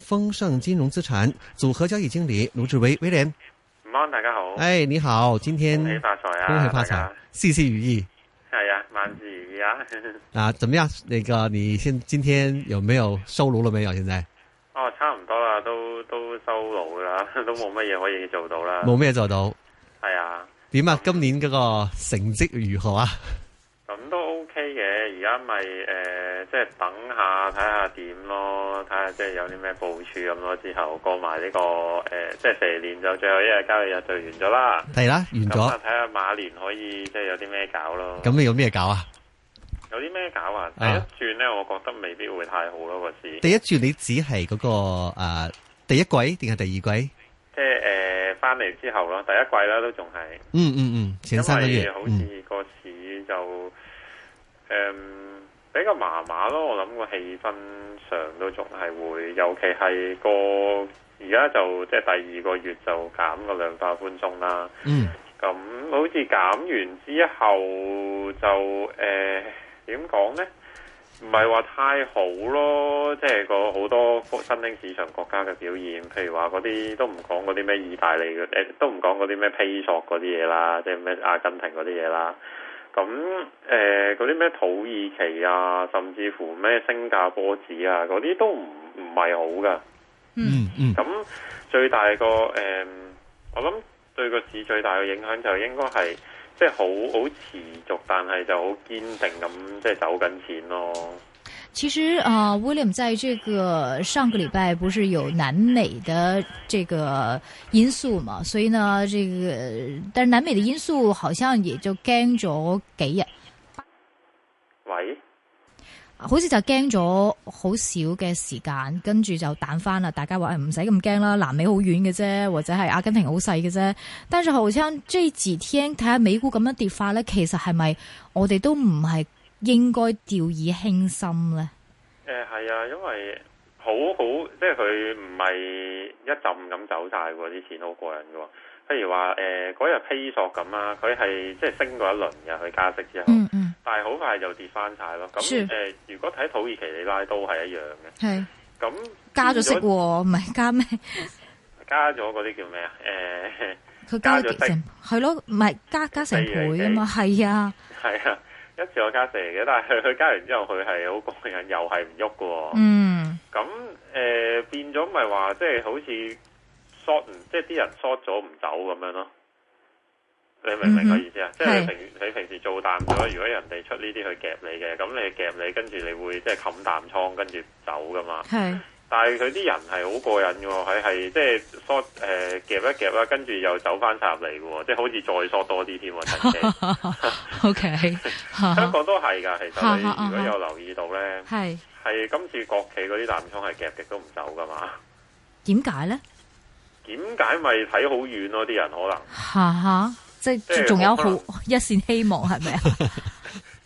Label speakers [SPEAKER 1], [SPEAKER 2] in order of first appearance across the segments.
[SPEAKER 1] 丰盛金融资产组合交易经理卢志威威廉。
[SPEAKER 2] 唔安，大家好，
[SPEAKER 1] 哎，你好，今天
[SPEAKER 2] 恭喜发财啊！
[SPEAKER 1] 恭喜发财，事事如意
[SPEAKER 2] 大家！系啊，万事如意啊！
[SPEAKER 1] 啊！怎么样？那个你现今天有没有收炉了没有？现在
[SPEAKER 2] 哦，差唔多啦，都都收爐噶啦， 都冇乜嘢可以做到啦。
[SPEAKER 1] 冇咩做到？
[SPEAKER 2] 係啊，
[SPEAKER 1] 点啊？今年嗰个成绩如何啊？
[SPEAKER 2] 咁都 OK 嘅。而家咪诶，即係等下睇下點咯，睇下即係有啲咩部署咁咯。之後過埋呢、個诶，即係蛇年就最後一日交易日就完咗啦。
[SPEAKER 1] 系啦，完
[SPEAKER 2] 咁
[SPEAKER 1] 咗
[SPEAKER 2] 啊，，睇下馬年可以即係有啲咩搞咯。
[SPEAKER 1] 咁你有咩搞啊？
[SPEAKER 2] 有啲咩搞啊？第
[SPEAKER 1] 啊
[SPEAKER 2] 一轉咧，我覺得未必會太好咯個市。
[SPEAKER 1] 第一注你只系嗰、個个诶、啊第一季定系第二季？
[SPEAKER 2] 即係誒翻嚟之後咯，第一季啦都仲係，
[SPEAKER 1] 嗯嗯嗯，前三个
[SPEAKER 2] 因
[SPEAKER 1] 月
[SPEAKER 2] 為，好
[SPEAKER 1] 嗯
[SPEAKER 2] 似個市就誒、嗯比較麻麻咯。我諗個氣氛上都仲係會，尤其係個而家就即係第二個月就減個量化寬鬆啦。
[SPEAKER 1] 嗯，
[SPEAKER 2] 咁好似減完之後就誒點講呢？唔係話太好咯，即係個好多新興市場國家嘅表現，譬如話嗰啲都唔講嗰啲咩意大利嘅，誒、都唔講嗰啲咩披索嗰啲嘢啦，即係咩阿根廷嗰啲嘢啦。咁誒嗰啲咩土耳其啊，甚至乎咩新加坡紙啊，嗰啲都唔唔係好㗎。
[SPEAKER 3] 嗯
[SPEAKER 1] 嗯嗯
[SPEAKER 2] 咁最大個誒、嗯我諗對個市最大嘅影響就應該係即係好好持續，但係就好堅定咁即係走緊錢咯。
[SPEAKER 3] 其实啊、呃、，William 在这个上个礼拜不是有南美的这个因素嘛，所以呢，这个但是南美的因素好像也就惊咗几日，
[SPEAKER 2] 喂，
[SPEAKER 3] 好似就惊咗好少嘅时间，跟住就彈翻啦。大家话哎唔使咁惊啦，南美好远嘅啫，或者系阿根廷好细嘅啫。但是好像这幾天睇下美股咁樣跌法咧，其实系咪我哋都唔系应该掉以轻心咧？
[SPEAKER 2] 誒、係啊，因為好好即係佢唔係一浸咁走晒喎，啲錢好過癮嘅喎。譬如話誒嗰日披索咁啊，佢係即係升過一輪嘅，佢加息之後，
[SPEAKER 3] 嗯嗯，
[SPEAKER 2] 但係好快就跌翻晒咯。咁
[SPEAKER 3] 是
[SPEAKER 2] 誒、如果睇土耳其里拉都係一樣嘅，
[SPEAKER 3] 系。
[SPEAKER 2] 咁
[SPEAKER 3] 加咗息喎，唔係加咩？
[SPEAKER 2] 加咗嗰啲叫咩啊？ 誒、
[SPEAKER 3] 佢加
[SPEAKER 2] 加咗
[SPEAKER 3] 咗
[SPEAKER 2] 息
[SPEAKER 3] 成係咯，唔係加加成倍啊嘛，係啊，
[SPEAKER 2] 係啊，一次我加四嚟嘅，但係佢加 完之後佢係好過癮，又係唔喐嘅喎。
[SPEAKER 3] 嗯
[SPEAKER 2] 咁誒、呃、變咗咪話即係好似 short 唔即係啲人 short 咗唔走咁樣咯。你明唔明我意思啊？即係你
[SPEAKER 3] 係
[SPEAKER 2] 平你平時做淡咗，如果人哋出呢啲去夾你嘅，咁你夾你，跟住你會即係冚淡倉，跟住走噶嘛。
[SPEAKER 3] 係
[SPEAKER 2] 但係佢啲人係好過癮嘅喎，佢係即係 short 誒、夾一夾啦，跟住又走翻插嚟嘅喎，即係好似再 short 多啲添喎，曾經。
[SPEAKER 3] ，OK，
[SPEAKER 2] 香港都係㗎，其實你
[SPEAKER 3] 啊啊啊
[SPEAKER 2] 如果有留意到呢，
[SPEAKER 3] 係
[SPEAKER 2] 係今次國企嗰啲淡倉係夾極都唔走㗎嘛？
[SPEAKER 3] 點解咧？
[SPEAKER 2] 點解咪睇好遠咯？啲人可能
[SPEAKER 3] 哈哈，即
[SPEAKER 2] 即係
[SPEAKER 3] 係仲有好
[SPEAKER 2] 可能
[SPEAKER 3] 一線希望係 咪啊？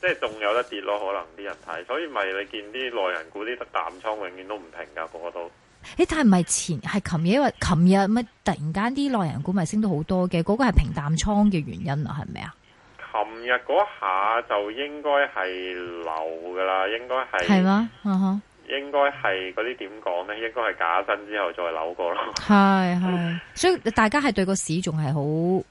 [SPEAKER 2] 即係仲有得跌咯，可能啲人睇，所以咪你見啲內人股啲淡倉永遠都唔停㗎，個個都
[SPEAKER 3] 誒，但係唔係前係琴日，因為琴日乜突然間啲內人股咪升到好多嘅，嗰個係平淡倉嘅原因啊，係咪啊？
[SPEAKER 2] 琴日嗰下就應該係流㗎啦，應該
[SPEAKER 3] 係
[SPEAKER 2] 係
[SPEAKER 3] 嗎？嗯哼，
[SPEAKER 2] 應該係嗰啲點講呢？應該係假身之後再扭過咯，
[SPEAKER 3] 係係，所以大家係對個市仲係好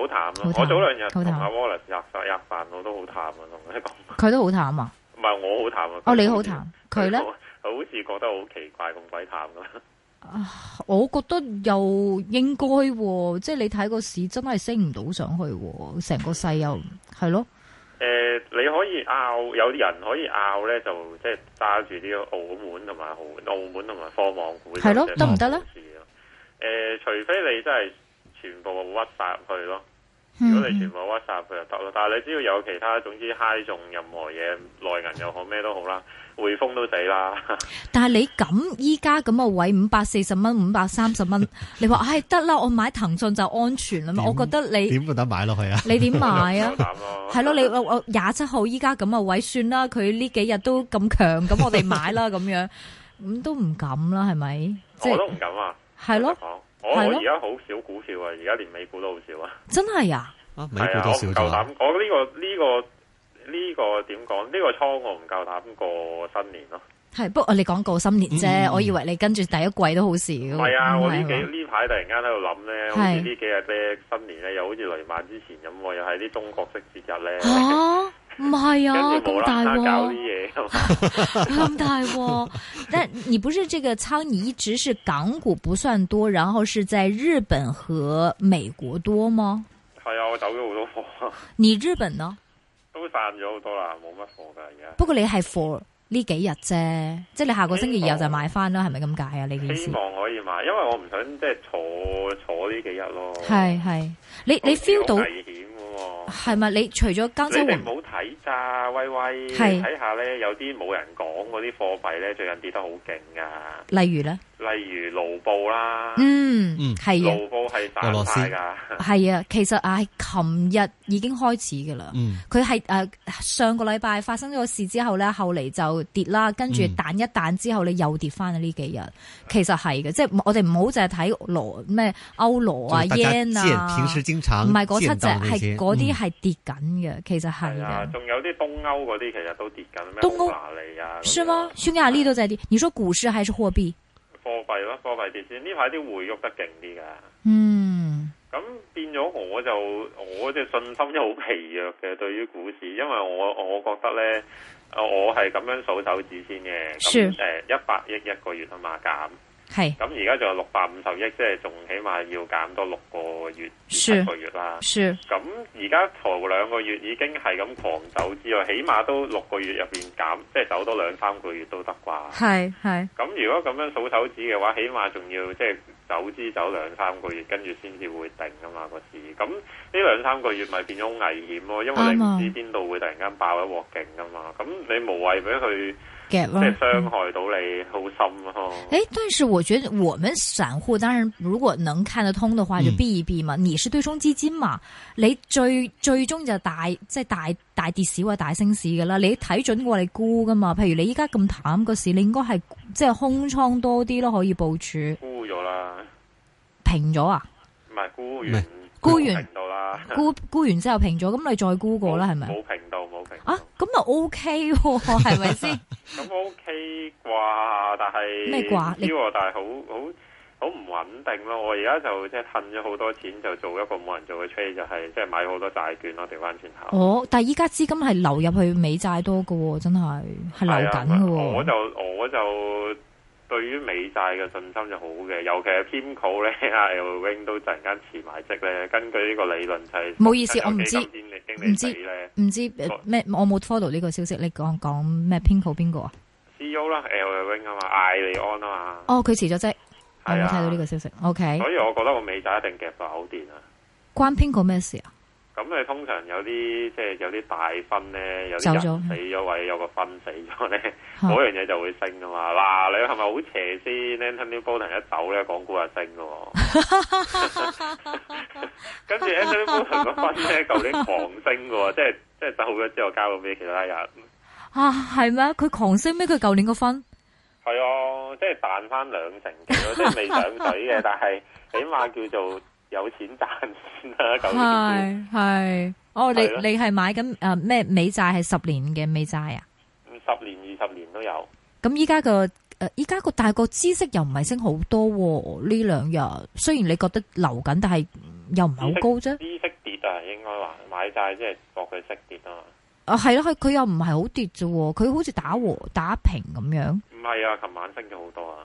[SPEAKER 2] 好淡咯。
[SPEAKER 3] 好
[SPEAKER 2] 我
[SPEAKER 3] 淡
[SPEAKER 2] 早兩日
[SPEAKER 3] 好
[SPEAKER 2] 同
[SPEAKER 3] 淡
[SPEAKER 2] 阿 Wallace 入入飯，我都好淡啊，同佢講，
[SPEAKER 3] 佢都好淡啊！
[SPEAKER 2] 唔係我好淡啊。
[SPEAKER 3] 哦，你
[SPEAKER 2] 佢
[SPEAKER 3] 好
[SPEAKER 2] 好似
[SPEAKER 3] 淡，佢咧？
[SPEAKER 2] 好好似覺得好奇怪咁鬼淡啊咁。
[SPEAKER 3] 我覺得又應該喎、即係你睇個市真係升唔到上去、喎，成個勢又係咯，
[SPEAKER 2] 誒、你可以拗，有啲人可以拗咧，就即係揸住啲澳門同埋澳澳門同埋科網股。
[SPEAKER 3] 係咯
[SPEAKER 2] 就
[SPEAKER 3] 得唔得咧
[SPEAKER 2] 冇事咯？誒、除非你真係全部屈殺入去咯。如果你全
[SPEAKER 3] 嗯
[SPEAKER 2] 部屈殺入去就得咯，但係你只要有其他，總之嗨中任何嘢，內銀又好咩都好啦，匯豐都死啦。
[SPEAKER 3] 但係你咁依家咁嘅位五百四十蚊、五百三十蚊，你話唉得啦，我買騰訊就安全啦嘛。
[SPEAKER 1] 點
[SPEAKER 3] 我覺得你
[SPEAKER 1] 点不得买落去啊？
[SPEAKER 3] 你點買
[SPEAKER 2] 夠
[SPEAKER 3] 啊？
[SPEAKER 2] 膽咯，
[SPEAKER 3] 係咯，你我我廿七號依家咁嘅位算啦，佢呢幾日都咁強，咁我哋買啦咁樣，咁都唔敢啦，係咪？即
[SPEAKER 2] 我
[SPEAKER 3] 係
[SPEAKER 2] 都唔敢啊。
[SPEAKER 3] 係咯，
[SPEAKER 2] 老實講，我
[SPEAKER 3] 係
[SPEAKER 2] 我
[SPEAKER 3] 咯
[SPEAKER 2] 而家好少股票啊，而家連美股都好少啊。
[SPEAKER 3] 真係啊！
[SPEAKER 1] 啊，美
[SPEAKER 2] 係
[SPEAKER 1] 股
[SPEAKER 2] 啊，
[SPEAKER 1] 都
[SPEAKER 2] 我
[SPEAKER 1] 少
[SPEAKER 2] 唔夠
[SPEAKER 1] 咗啊
[SPEAKER 2] 膽，，我呢、個呢、個呢、個點講？呢、個倉我唔夠膽過新年咯。
[SPEAKER 3] 系，不過你講過新年啫，
[SPEAKER 1] 嗯嗯嗯
[SPEAKER 3] 我以為你跟住第一季都好少。
[SPEAKER 2] 唔
[SPEAKER 3] 嗯系
[SPEAKER 2] 係啊，我呢幾
[SPEAKER 3] 幾
[SPEAKER 2] 呢排突然間喺度諗咧，好似
[SPEAKER 3] 係
[SPEAKER 2] 呢幾日咧新年咧，又好似雷曼之前咁喎，又係啲中國式節日咧，
[SPEAKER 3] 吓，啊唔係啊，
[SPEAKER 2] 跟住無
[SPEAKER 3] 咁
[SPEAKER 2] 啦
[SPEAKER 3] 大
[SPEAKER 2] 啦搞啲
[SPEAKER 3] 鑊，
[SPEAKER 2] 嘢咁。
[SPEAKER 3] 咁大鑊。 但你不是這個仓，你一直是港股不算多，然後是在日本和美國多嗎？
[SPEAKER 2] 係啊，我走咗好多貨，
[SPEAKER 3] 你日本呢？
[SPEAKER 2] 都散咗好多啦，冇乜貨㗎而家。
[SPEAKER 3] 不過你係 for 呢幾日啫，即係你下個星期日就買翻啦，係咪咁解啊？呢件事
[SPEAKER 2] 希望可以買，因為我唔想即係坐坐呢幾日咯。
[SPEAKER 3] 係係，你你
[SPEAKER 2] 好似好
[SPEAKER 3] feel 到啊
[SPEAKER 2] 危險㗎
[SPEAKER 3] 係咪？你除咗江州
[SPEAKER 2] 喎。你哋
[SPEAKER 3] 雲，
[SPEAKER 2] 冇睇咋，威威，你
[SPEAKER 3] 係
[SPEAKER 2] 睇下咧，有啲冇人講嗰啲貨幣咧，最近跌得好勁啊！
[SPEAKER 3] 例如咧，
[SPEAKER 2] 例如盧布啦，
[SPEAKER 3] 嗯
[SPEAKER 1] 嗯，
[SPEAKER 3] 係啊。
[SPEAKER 2] 盧布係
[SPEAKER 1] 俄
[SPEAKER 2] 散
[SPEAKER 1] 羅斯
[SPEAKER 2] 晒㗎。
[SPEAKER 3] 系啊，其實啊，琴日已經開始噶啦。
[SPEAKER 1] 嗯，
[SPEAKER 3] 佢係诶上個禮拜發生咗個事之後咧，後嚟就跌啦，跟住
[SPEAKER 1] 嗯
[SPEAKER 3] 彈一彈之後，你又跌翻啦呢幾日。其實係嘅，即係我哋唔好淨係睇羅咩歐羅啊、
[SPEAKER 1] 就是大家見
[SPEAKER 3] yen
[SPEAKER 1] 平
[SPEAKER 3] 啊，
[SPEAKER 1] 時經常
[SPEAKER 3] 唔係嗰七
[SPEAKER 1] 見
[SPEAKER 3] 隻，
[SPEAKER 1] 到的那些
[SPEAKER 3] 係嗰
[SPEAKER 1] 嗯
[SPEAKER 3] 啲係啊跌緊嘅。其實係
[SPEAKER 2] 係啊，
[SPEAKER 3] 嘅。
[SPEAKER 2] 仲有啲東歐嗰啲其實都跌緊，咩
[SPEAKER 3] 東歐
[SPEAKER 2] 匈牙利啊嗰啲啊，
[SPEAKER 3] 是嗎？匈牙利都在跌。你說股市還是貨幣？
[SPEAKER 2] 貨幣咯，貨幣跌先，呢排啲匯喐得勁啲㗎。
[SPEAKER 3] 嗯，
[SPEAKER 2] 咁變咗我就我嘅信心就好疲弱嘅，對於股市，因為我我覺得咧，呃我係咁樣數手指先嘅。
[SPEAKER 3] 是
[SPEAKER 2] 咁誒一百億一個月啊嘛減，
[SPEAKER 3] 係
[SPEAKER 2] 咁而家仲有六百五十億，即係仲起碼要減多六個月至
[SPEAKER 3] 是
[SPEAKER 2] 七個月啦。
[SPEAKER 3] 是，
[SPEAKER 2] 咁而家頭兩個月已經係咁狂走之外，起碼都六個月入邊減，即係走多兩三個月都得啩。
[SPEAKER 3] 係係
[SPEAKER 2] 咁如果咁樣數手指嘅話，起碼仲要即係走資走兩三個月，跟住先至會定噶嘛個市。咁呢兩三個月咪變咗好危險咯，因為你唔
[SPEAKER 3] 啱啊
[SPEAKER 2] 知邊度會突然間爆一鑊勁噶嘛。咁你無謂俾佢
[SPEAKER 3] 夾
[SPEAKER 2] 即
[SPEAKER 3] 咯。
[SPEAKER 2] 係傷害到你好深咯。
[SPEAKER 3] 哎，但是我觉得我们散户当然如果能看得通的话，
[SPEAKER 1] 嗯
[SPEAKER 3] 就避一避嘛。你是对冲基金嘛，你最最終就大即系大大跌市或者大升市噶啦。你睇準過你沽噶嘛。譬如你依家咁淡個市，你應該係即係空倉多啲咯，可以部署
[SPEAKER 2] 沽咗啦，
[SPEAKER 3] 平咗啊，
[SPEAKER 2] 唔係沽
[SPEAKER 1] 唔係
[SPEAKER 2] 完
[SPEAKER 3] 沽完
[SPEAKER 2] 平到啦，
[SPEAKER 3] 沽沽完之後平咗，咁你再沽過啦，係咪
[SPEAKER 2] 冇平到冇平到
[SPEAKER 3] 啊？咁啊 OK 喎，係咪 先？
[SPEAKER 2] 咁 OK 啩，但係
[SPEAKER 3] 咩啩
[SPEAKER 2] 唔知喎但係好好好唔穩定咯。我而家就即係褪咗好多錢，就做一個冇人做嘅 trade，就係即係買好多債券咯，調翻轉頭。
[SPEAKER 3] 哦，但係依家資金係流入去美債多噶喎，真係係
[SPEAKER 2] 係
[SPEAKER 3] 流
[SPEAKER 2] 啊
[SPEAKER 3] 緊噶
[SPEAKER 2] 我
[SPEAKER 3] 喎。
[SPEAKER 2] 就我就對於美債嘅信心就好嘅，尤其係 PIMCO 咧，阿 L Wing 都突然間辭埋職咧。根據呢個理論就係
[SPEAKER 3] 冇意思我唔知
[SPEAKER 2] 有基金經理經理仔咧
[SPEAKER 3] 唔知呃
[SPEAKER 2] 我
[SPEAKER 3] 咩？我冇 follow 呢個消息，你講講咩邊個邊個啊？
[SPEAKER 2] CEO E 啦，L Wing 啊嘛，艾利安啊嘛，
[SPEAKER 3] 哦，佢辭咗職，我
[SPEAKER 2] 係
[SPEAKER 3] 冇
[SPEAKER 2] 啊
[SPEAKER 3] 睇到呢個消息。OK，
[SPEAKER 2] 所以我覺得個美債一定夾爆電啊！
[SPEAKER 3] 關邊個咩事啊？
[SPEAKER 2] 咁你通常有啲即係有啲大分咧，有
[SPEAKER 3] 走
[SPEAKER 2] 啲
[SPEAKER 3] 咗啊
[SPEAKER 2] 人死咗或者有個分死咗咧，
[SPEAKER 3] 嚇
[SPEAKER 2] 嗰樣嘢就會升噶嘛。嗱，你係咪好邪先？Anthony Bolton 一走咧，港股就升噶喎。 跟住 Anthony Bolton 個分咧，舊年狂升噶喎，即係即係走咗之後交咗俾其他人。
[SPEAKER 3] 啊，係咩？佢狂升咩？佢舊年個分
[SPEAKER 2] 係啊，即係彈翻兩成幾咯， 即係未上水嘅，但係起碼叫做有錢賺先啦。舊年
[SPEAKER 3] 係係。哦，你
[SPEAKER 2] 係啊咯
[SPEAKER 3] 你係買緊誒咩美債係十年嘅美債啊？
[SPEAKER 2] 十年、二十年都有。
[SPEAKER 3] 咁依家個誒依家個但係個知識又唔係升好多喎呢兩日。雖然你覺得流緊，但係又唔係好高啫。
[SPEAKER 2] 知識跌啊，應該話買債即係博佢息跌啊嘛。
[SPEAKER 3] 啊，係咯，佢佢又唔係好跌啫喎，佢好似打和打平咁樣。
[SPEAKER 2] 唔係啊，琴晚升咗好多啊，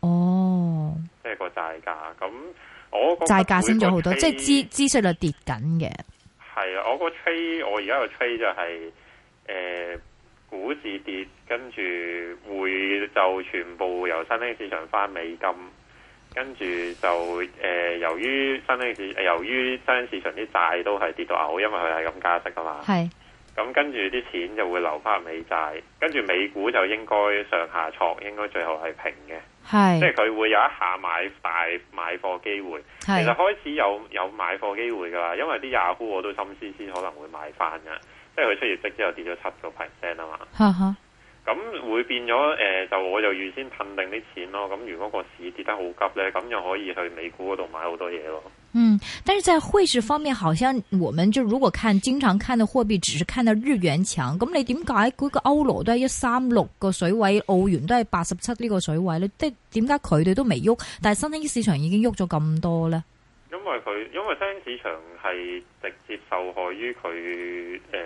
[SPEAKER 3] 哦。
[SPEAKER 2] 即係個債價。咁我覺得
[SPEAKER 3] 債價升咗好多，
[SPEAKER 2] 每個
[SPEAKER 3] 即
[SPEAKER 2] trade-
[SPEAKER 3] 係資資息率跌緊嘅。
[SPEAKER 2] 係啊，我個 trade 我而家個 trade 就係、呃股市跌，跟住匯就全部由新興市場翻美金，跟住就誒、呃由於新興市呃由於新興市場啲債都係跌到嘔，因為佢係咁加息啊嘛。
[SPEAKER 3] 係
[SPEAKER 2] 咁跟住啲錢就會流翻美債，跟住美股就應該上下挫，應該最後係平嘅，即係
[SPEAKER 3] 係
[SPEAKER 2] 佢會有一下買大買貨機會。其實
[SPEAKER 3] 係
[SPEAKER 2] 開始有有買貨機會㗎啦，因為啲 Yahoo 我都心思思可能會買翻㗎，即係佢出業績之後跌咗七個 percent 啊嘛。
[SPEAKER 3] 哈哈，
[SPEAKER 2] 咁會變咗誒、呃就我就預先噴定啲錢咯。咁如果個市跌得好急咧，咁又可以去美股嗰度買好多嘢咯。
[SPEAKER 3] 嗯，但是在汇市方面，好像我们就如果看经常看的货币，只是看到日元強。咁你點解嗰個歐羅都係一三六個水位，澳元都係八十七呢個水位咧？即係點解佢哋都未喐，但係新興市場已經喐咗咁多咧？
[SPEAKER 2] 因為佢因為新興市場係直接受害於佢誒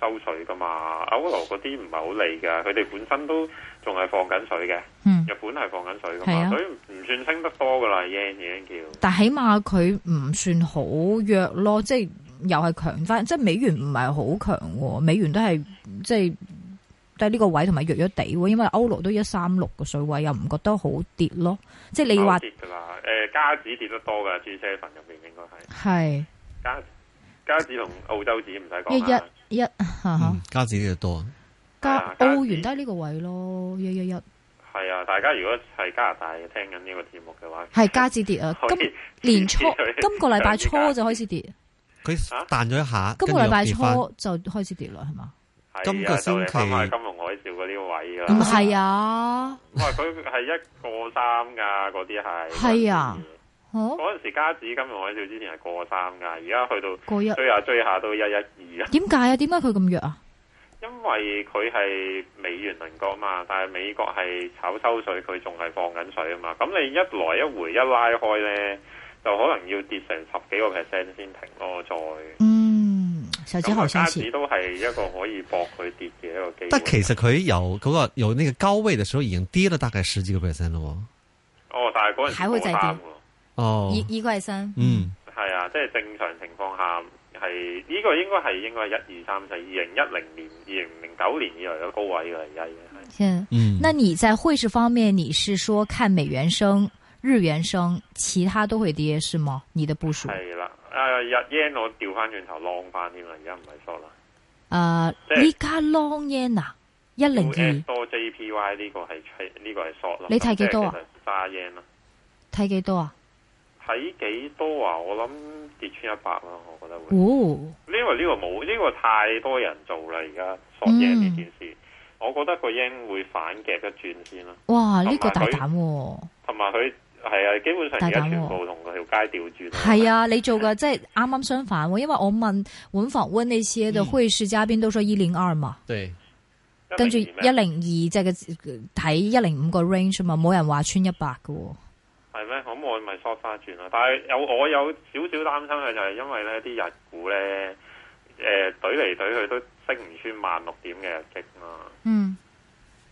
[SPEAKER 2] 收水噶嘛，歐羅嗰啲唔係好利㗎，佢哋本身都仲係放緊水嘅，
[SPEAKER 3] 嗯，
[SPEAKER 2] 日本係放緊水噶
[SPEAKER 3] 係啊
[SPEAKER 2] 嘛，所以唔算升得多噶啦，yen 已經叫。
[SPEAKER 3] 但起碼佢唔算好弱咯，即係又係強翻，即係美元唔係好強喎，美元都係即係都係呢個位同埋弱弱地喎，因為歐羅都一三六個水位，又唔覺得好跌咯。即係你話
[SPEAKER 2] 歐跌㗎啦，誒加紙跌得多㗎，G seven 入邊應該係
[SPEAKER 3] 係。
[SPEAKER 2] 加加紙同澳洲紙唔使
[SPEAKER 3] 一
[SPEAKER 2] 講啦，
[SPEAKER 3] 一一吓吓
[SPEAKER 1] 嗯，加紙呢度多，
[SPEAKER 3] 加
[SPEAKER 2] 係啊加
[SPEAKER 3] 澳元都係呢個位咯，一一一
[SPEAKER 2] 係啊，大家如果係加拿大聽緊呢個節目嘅話，
[SPEAKER 3] 係加至跌啊！
[SPEAKER 2] 可以
[SPEAKER 3] 今年 初
[SPEAKER 2] 可以
[SPEAKER 3] 今個禮拜初就開始跌，
[SPEAKER 1] 佢
[SPEAKER 2] 啊
[SPEAKER 1] 彈咗一下，
[SPEAKER 3] 今
[SPEAKER 1] 跟住
[SPEAKER 3] 個禮
[SPEAKER 1] 又
[SPEAKER 3] 拜
[SPEAKER 1] 跌翻。
[SPEAKER 3] 初就開始跌啦，係嘛？
[SPEAKER 2] 係啊
[SPEAKER 1] 今個星期
[SPEAKER 2] 就嚟翻去金融海嘯嗰啲位㗎啦。
[SPEAKER 3] 唔係啊，
[SPEAKER 2] 哇！佢係一個三噶，嗰啲係
[SPEAKER 3] 係啊哦，
[SPEAKER 2] 嗰陣時加紙金融海嘯之前係過三噶，而家去到
[SPEAKER 3] 過一
[SPEAKER 2] 追下追下都一一二啦。
[SPEAKER 3] 點解啊？點解佢咁弱啊？
[SPEAKER 2] 因為佢係美元鄰國嘛，但係美國係炒收水，佢仲係放緊水啊嘛。咁你一來一回一拉開呢，就可能要跌成十幾個 percent 先停咯，再。
[SPEAKER 3] 嗯，手指
[SPEAKER 2] 咁
[SPEAKER 3] 好
[SPEAKER 2] 啊加
[SPEAKER 3] 相似
[SPEAKER 2] 紙，都係一個可以搏佢跌嘅一個機會。
[SPEAKER 1] 但其實佢由嗰、個由那個高位嘅時候已經跌了大概十幾個 percent 咯喎。
[SPEAKER 2] 哦，但係嗰陣時
[SPEAKER 3] 係會
[SPEAKER 2] 過
[SPEAKER 3] 制跌
[SPEAKER 2] 三喎
[SPEAKER 1] 哦，
[SPEAKER 3] 依依個係新，
[SPEAKER 1] 嗯，
[SPEAKER 2] 係啊，即係正常情況下係呢、個應該係應該係一二三四二零一零年、二零零九年以來嘅高位㗎啦，而家已經係。
[SPEAKER 3] 嗯。
[SPEAKER 1] 嗯，
[SPEAKER 3] 那你在匯市方面，你是說看美元升、日元升，其他都會跌，是嗎？你的部署？
[SPEAKER 2] 係啦，誒、日 yen 我調翻轉頭 long 翻添啦，而家唔係 short 啦。即
[SPEAKER 3] 誒，
[SPEAKER 2] 係
[SPEAKER 3] 你加 long yen 啊，一零
[SPEAKER 2] US
[SPEAKER 3] 二
[SPEAKER 2] 多 JPY 呢個係 trade- 呢個係 short 啦。
[SPEAKER 3] 你睇幾多啊
[SPEAKER 2] 咁即係其實揸 yen 啦，
[SPEAKER 3] 睇幾多啊？
[SPEAKER 2] 睇幾多啊？我諗跌穿一百啦，我覺得會。
[SPEAKER 3] 哦。
[SPEAKER 2] 呢個呢個冇呢個太多人做啦，而家 short yen 呢
[SPEAKER 3] 嗯
[SPEAKER 2] 件事，我覺得個 yen 會反夾一轉先啦。
[SPEAKER 3] 哇！
[SPEAKER 2] 同
[SPEAKER 3] 呢、
[SPEAKER 2] 埋
[SPEAKER 3] 個大
[SPEAKER 2] 佢
[SPEAKER 3] 膽喎，
[SPEAKER 2] 同埋佢係啊，基本上而
[SPEAKER 3] 大
[SPEAKER 2] 家
[SPEAKER 3] 膽喎
[SPEAKER 2] 全部同佢條街調轉。
[SPEAKER 3] 係，啊，你 做嘅即係啱啱相反喎，因為我問揾訪問那些嘅
[SPEAKER 1] 嗯
[SPEAKER 3] 會市嘉賓都說一零二嘛，
[SPEAKER 1] 對，
[SPEAKER 3] 跟住一零二即係嘅睇一零五個 range 嘛，冇人話穿一百嘅喎。
[SPEAKER 2] 係咩？咁我咪 short 翻轉啦。但係有我有少少擔心嘅就係因為呢啲日股咧，誒懟嚟懟去都升唔穿萬六點嘅日績啦。
[SPEAKER 3] 嗯，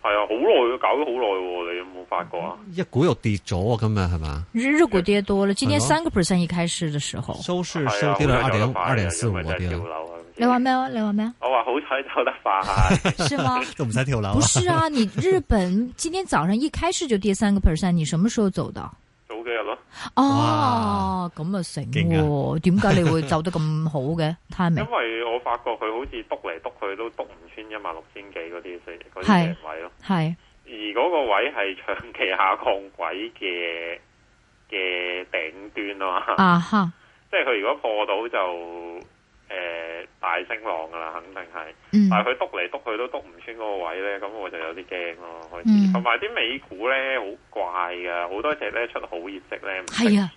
[SPEAKER 2] 係啊，好耐都搞咗好耐喎，你有冇發覺啊？
[SPEAKER 1] 一股又跌咗喎，今日係嘛？
[SPEAKER 3] 日日股跌多了，今天
[SPEAKER 1] 係咯
[SPEAKER 3] 三個 percent 一開市嘅時候，
[SPEAKER 1] 收市
[SPEAKER 2] 係
[SPEAKER 1] 收
[SPEAKER 2] 啊，
[SPEAKER 1] 跌了二
[SPEAKER 2] 好彩走
[SPEAKER 1] 點
[SPEAKER 2] 得快啊
[SPEAKER 1] 二點四五
[SPEAKER 2] 因為
[SPEAKER 1] 個
[SPEAKER 2] 真係
[SPEAKER 1] 跌
[SPEAKER 2] 跳
[SPEAKER 1] 了，
[SPEAKER 2] 樓啊！
[SPEAKER 3] 你話咩啊？你話咩啊？
[SPEAKER 2] 我話好彩走得 快，
[SPEAKER 3] 是嗎？
[SPEAKER 2] 啊
[SPEAKER 1] 都唔使跳樓
[SPEAKER 3] 不
[SPEAKER 1] 啦。
[SPEAKER 3] 是啊，你日 本今天早上一開市就跌三個 percent，你什麼時候走的？
[SPEAKER 2] 早幾日 咯。
[SPEAKER 3] 哦，咁啊醒
[SPEAKER 1] 勁
[SPEAKER 3] 喎，點解你會走得咁好 嘅 timing？
[SPEAKER 2] 因為我發覺佢好似篤嚟篤去都篤唔穿一萬六千幾嗰啲四嗰啲
[SPEAKER 3] 係
[SPEAKER 2] 頸位咯。
[SPEAKER 3] 係。
[SPEAKER 2] 而嗰個位係長期下降軌嘅嘅頂端啊嘛，
[SPEAKER 3] 啊哈，
[SPEAKER 2] 即係佢如果破到就誒、呃大升浪噶啦，肯定係。
[SPEAKER 3] 嗯
[SPEAKER 2] 但係佢篤嚟篤去都篤唔穿嗰個位咧，咁我就有啲驚咯開
[SPEAKER 3] 嗯
[SPEAKER 2] 始。同埋啲美股咧好怪噶，好多隻咧出好業績咧唔識
[SPEAKER 3] 係啊，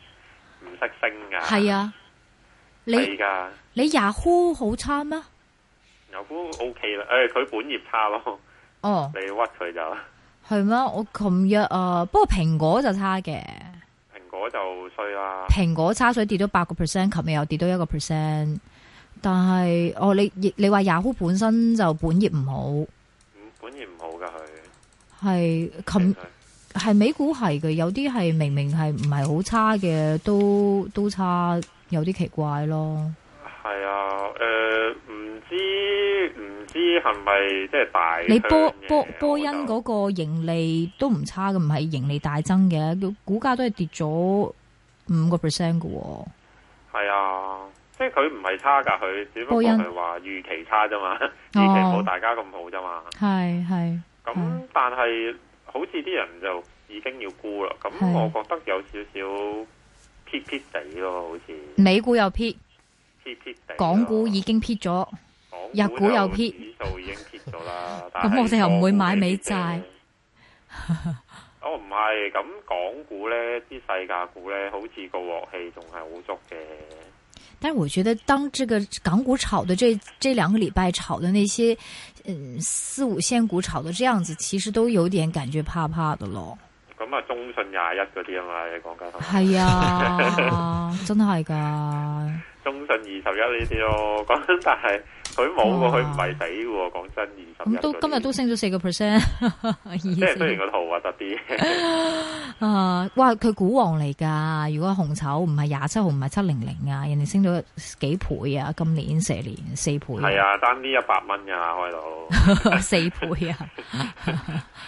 [SPEAKER 2] 唔識升噶，
[SPEAKER 3] 係啊，你
[SPEAKER 2] 係噶。
[SPEAKER 3] 你 Yahoo 好差咩？
[SPEAKER 2] 牛股 O K 啦，誒佢本業差咯，
[SPEAKER 3] 哦，
[SPEAKER 2] 你屈佢就
[SPEAKER 3] 係咩？我琴日啊，不過蘋果就差嘅，
[SPEAKER 2] 蘋果就衰啦。
[SPEAKER 3] 蘋果差水跌咗八個 percent，琴日又跌到一個 percent。但係哦，你你話 Yahoo 本身就本業唔
[SPEAKER 2] 嗯本業唔好噶佢，
[SPEAKER 3] 好，係琴
[SPEAKER 2] 其實
[SPEAKER 3] 係美股係嘅，有啲係明明係唔係好差嘅，都都差，有啲奇怪咯。
[SPEAKER 2] 係啊，誒、唔知唔知係咪即係大
[SPEAKER 3] 你波
[SPEAKER 2] 向嘅
[SPEAKER 3] 波波
[SPEAKER 2] 我
[SPEAKER 3] 恩嗰個盈利都唔差嘅，唔係盈利大增嘅，個股價都係跌咗五個 percent 嘅喎。
[SPEAKER 2] 就係啊，即係佢唔係差㗎，佢只不過
[SPEAKER 3] 波哦恩
[SPEAKER 2] 係話預期差啫嘛， 預期冇大家咁好啫嘛。
[SPEAKER 3] 係係，
[SPEAKER 2] 咁、
[SPEAKER 3] 嗯
[SPEAKER 2] 但係好似啲人就已經要沽啦，咁
[SPEAKER 3] 係
[SPEAKER 2] 我覺得有少少撇撇地咯，好似
[SPEAKER 3] 美股又撇，
[SPEAKER 2] 撇撇地咯。
[SPEAKER 3] 港股已經撇咗，
[SPEAKER 2] 港
[SPEAKER 3] 日股
[SPEAKER 2] 就
[SPEAKER 3] 又撇
[SPEAKER 2] 指數已經撇咗啦。 但
[SPEAKER 3] 咁我哋
[SPEAKER 2] 係
[SPEAKER 3] 又唔會
[SPEAKER 2] 港股
[SPEAKER 3] 買美
[SPEAKER 2] 就
[SPEAKER 3] 債。
[SPEAKER 2] 哦，唔係，咁港股咧，啲細價股咧，好似個鑊氣仲係好足嘅。
[SPEAKER 3] 但是我觉得，当这个港股炒的这这两个礼拜炒的那些，嗯，四五线股炒的这样子，其实都有点感觉怕怕的咯。
[SPEAKER 2] 咁啊，中信廿一嗰啲啊嘛，你講緊係 咪
[SPEAKER 3] 系啊，真系噶。
[SPEAKER 2] 中信二十一呢啲咯， 講真，但係佢冇喎，佢唔係死嘅喎。講真，二十一
[SPEAKER 3] 咁都今日都升咗四个 percent，
[SPEAKER 2] 即係雖然
[SPEAKER 3] 意思
[SPEAKER 2] 個圖核突啲，
[SPEAKER 3] 啊！哇，佢股王嚟噶。如果紅籌唔係廿七號，唔係七零零啊，人哋升咗幾倍啊！今年蛇年四倍，
[SPEAKER 2] 係，啊，單啲一百蚊㗎開到，
[SPEAKER 3] 四倍啊！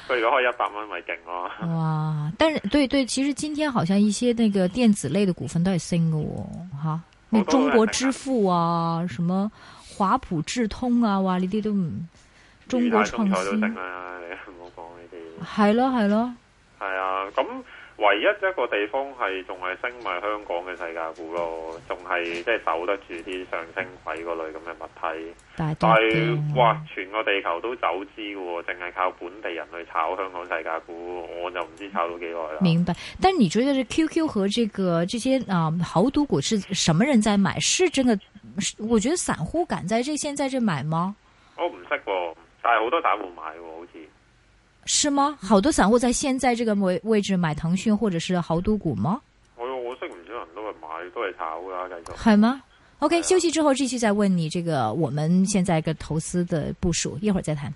[SPEAKER 2] 佢如果開一百蚊咪勁咯。
[SPEAKER 3] 哇！但是对对，其实今天好像一些那个电子类的股份都系升嘅喎，吓，咩
[SPEAKER 2] 好多
[SPEAKER 3] 中
[SPEAKER 2] 哦都係
[SPEAKER 3] 国
[SPEAKER 2] 係
[SPEAKER 3] 支付啊，什么华普智通啊，哇！呢啲都唔中
[SPEAKER 2] 裕
[SPEAKER 3] 國
[SPEAKER 2] 泰中
[SPEAKER 3] 創
[SPEAKER 2] 菜都
[SPEAKER 3] 新
[SPEAKER 2] 整啦，你唔好講呢啲。
[SPEAKER 3] 係咯係咯，
[SPEAKER 2] 係啊，咁唯一一個地方係仲係升埋香港嘅世界股咯，仲係即係守得住啲上升軌嗰類咁嘅物體。
[SPEAKER 3] 但係都
[SPEAKER 2] 但
[SPEAKER 3] 驚
[SPEAKER 2] 係
[SPEAKER 3] 啊
[SPEAKER 2] 哎哇，全個地球都走資嘅喎，淨係靠本地人去炒香港世界股，我就唔知炒到幾耐啦。
[SPEAKER 3] 明白，但你觉得这 QQ 和这个这些啊、豪赌股是什么人在买？是真的？是我觉得散户敢在这现在这买吗？
[SPEAKER 2] 我唔識喎，但係好多散户買喎，好似
[SPEAKER 3] 是吗？好多散户在现在这个位位置买腾讯或者是豪赌股吗？
[SPEAKER 2] 我我識唔少人都係買，都係炒㗎啦，繼續。
[SPEAKER 3] 还吗？OK，
[SPEAKER 2] 对啊
[SPEAKER 3] 休息之后继续再问你这个我们现在一个投资的部署，一会儿再谈。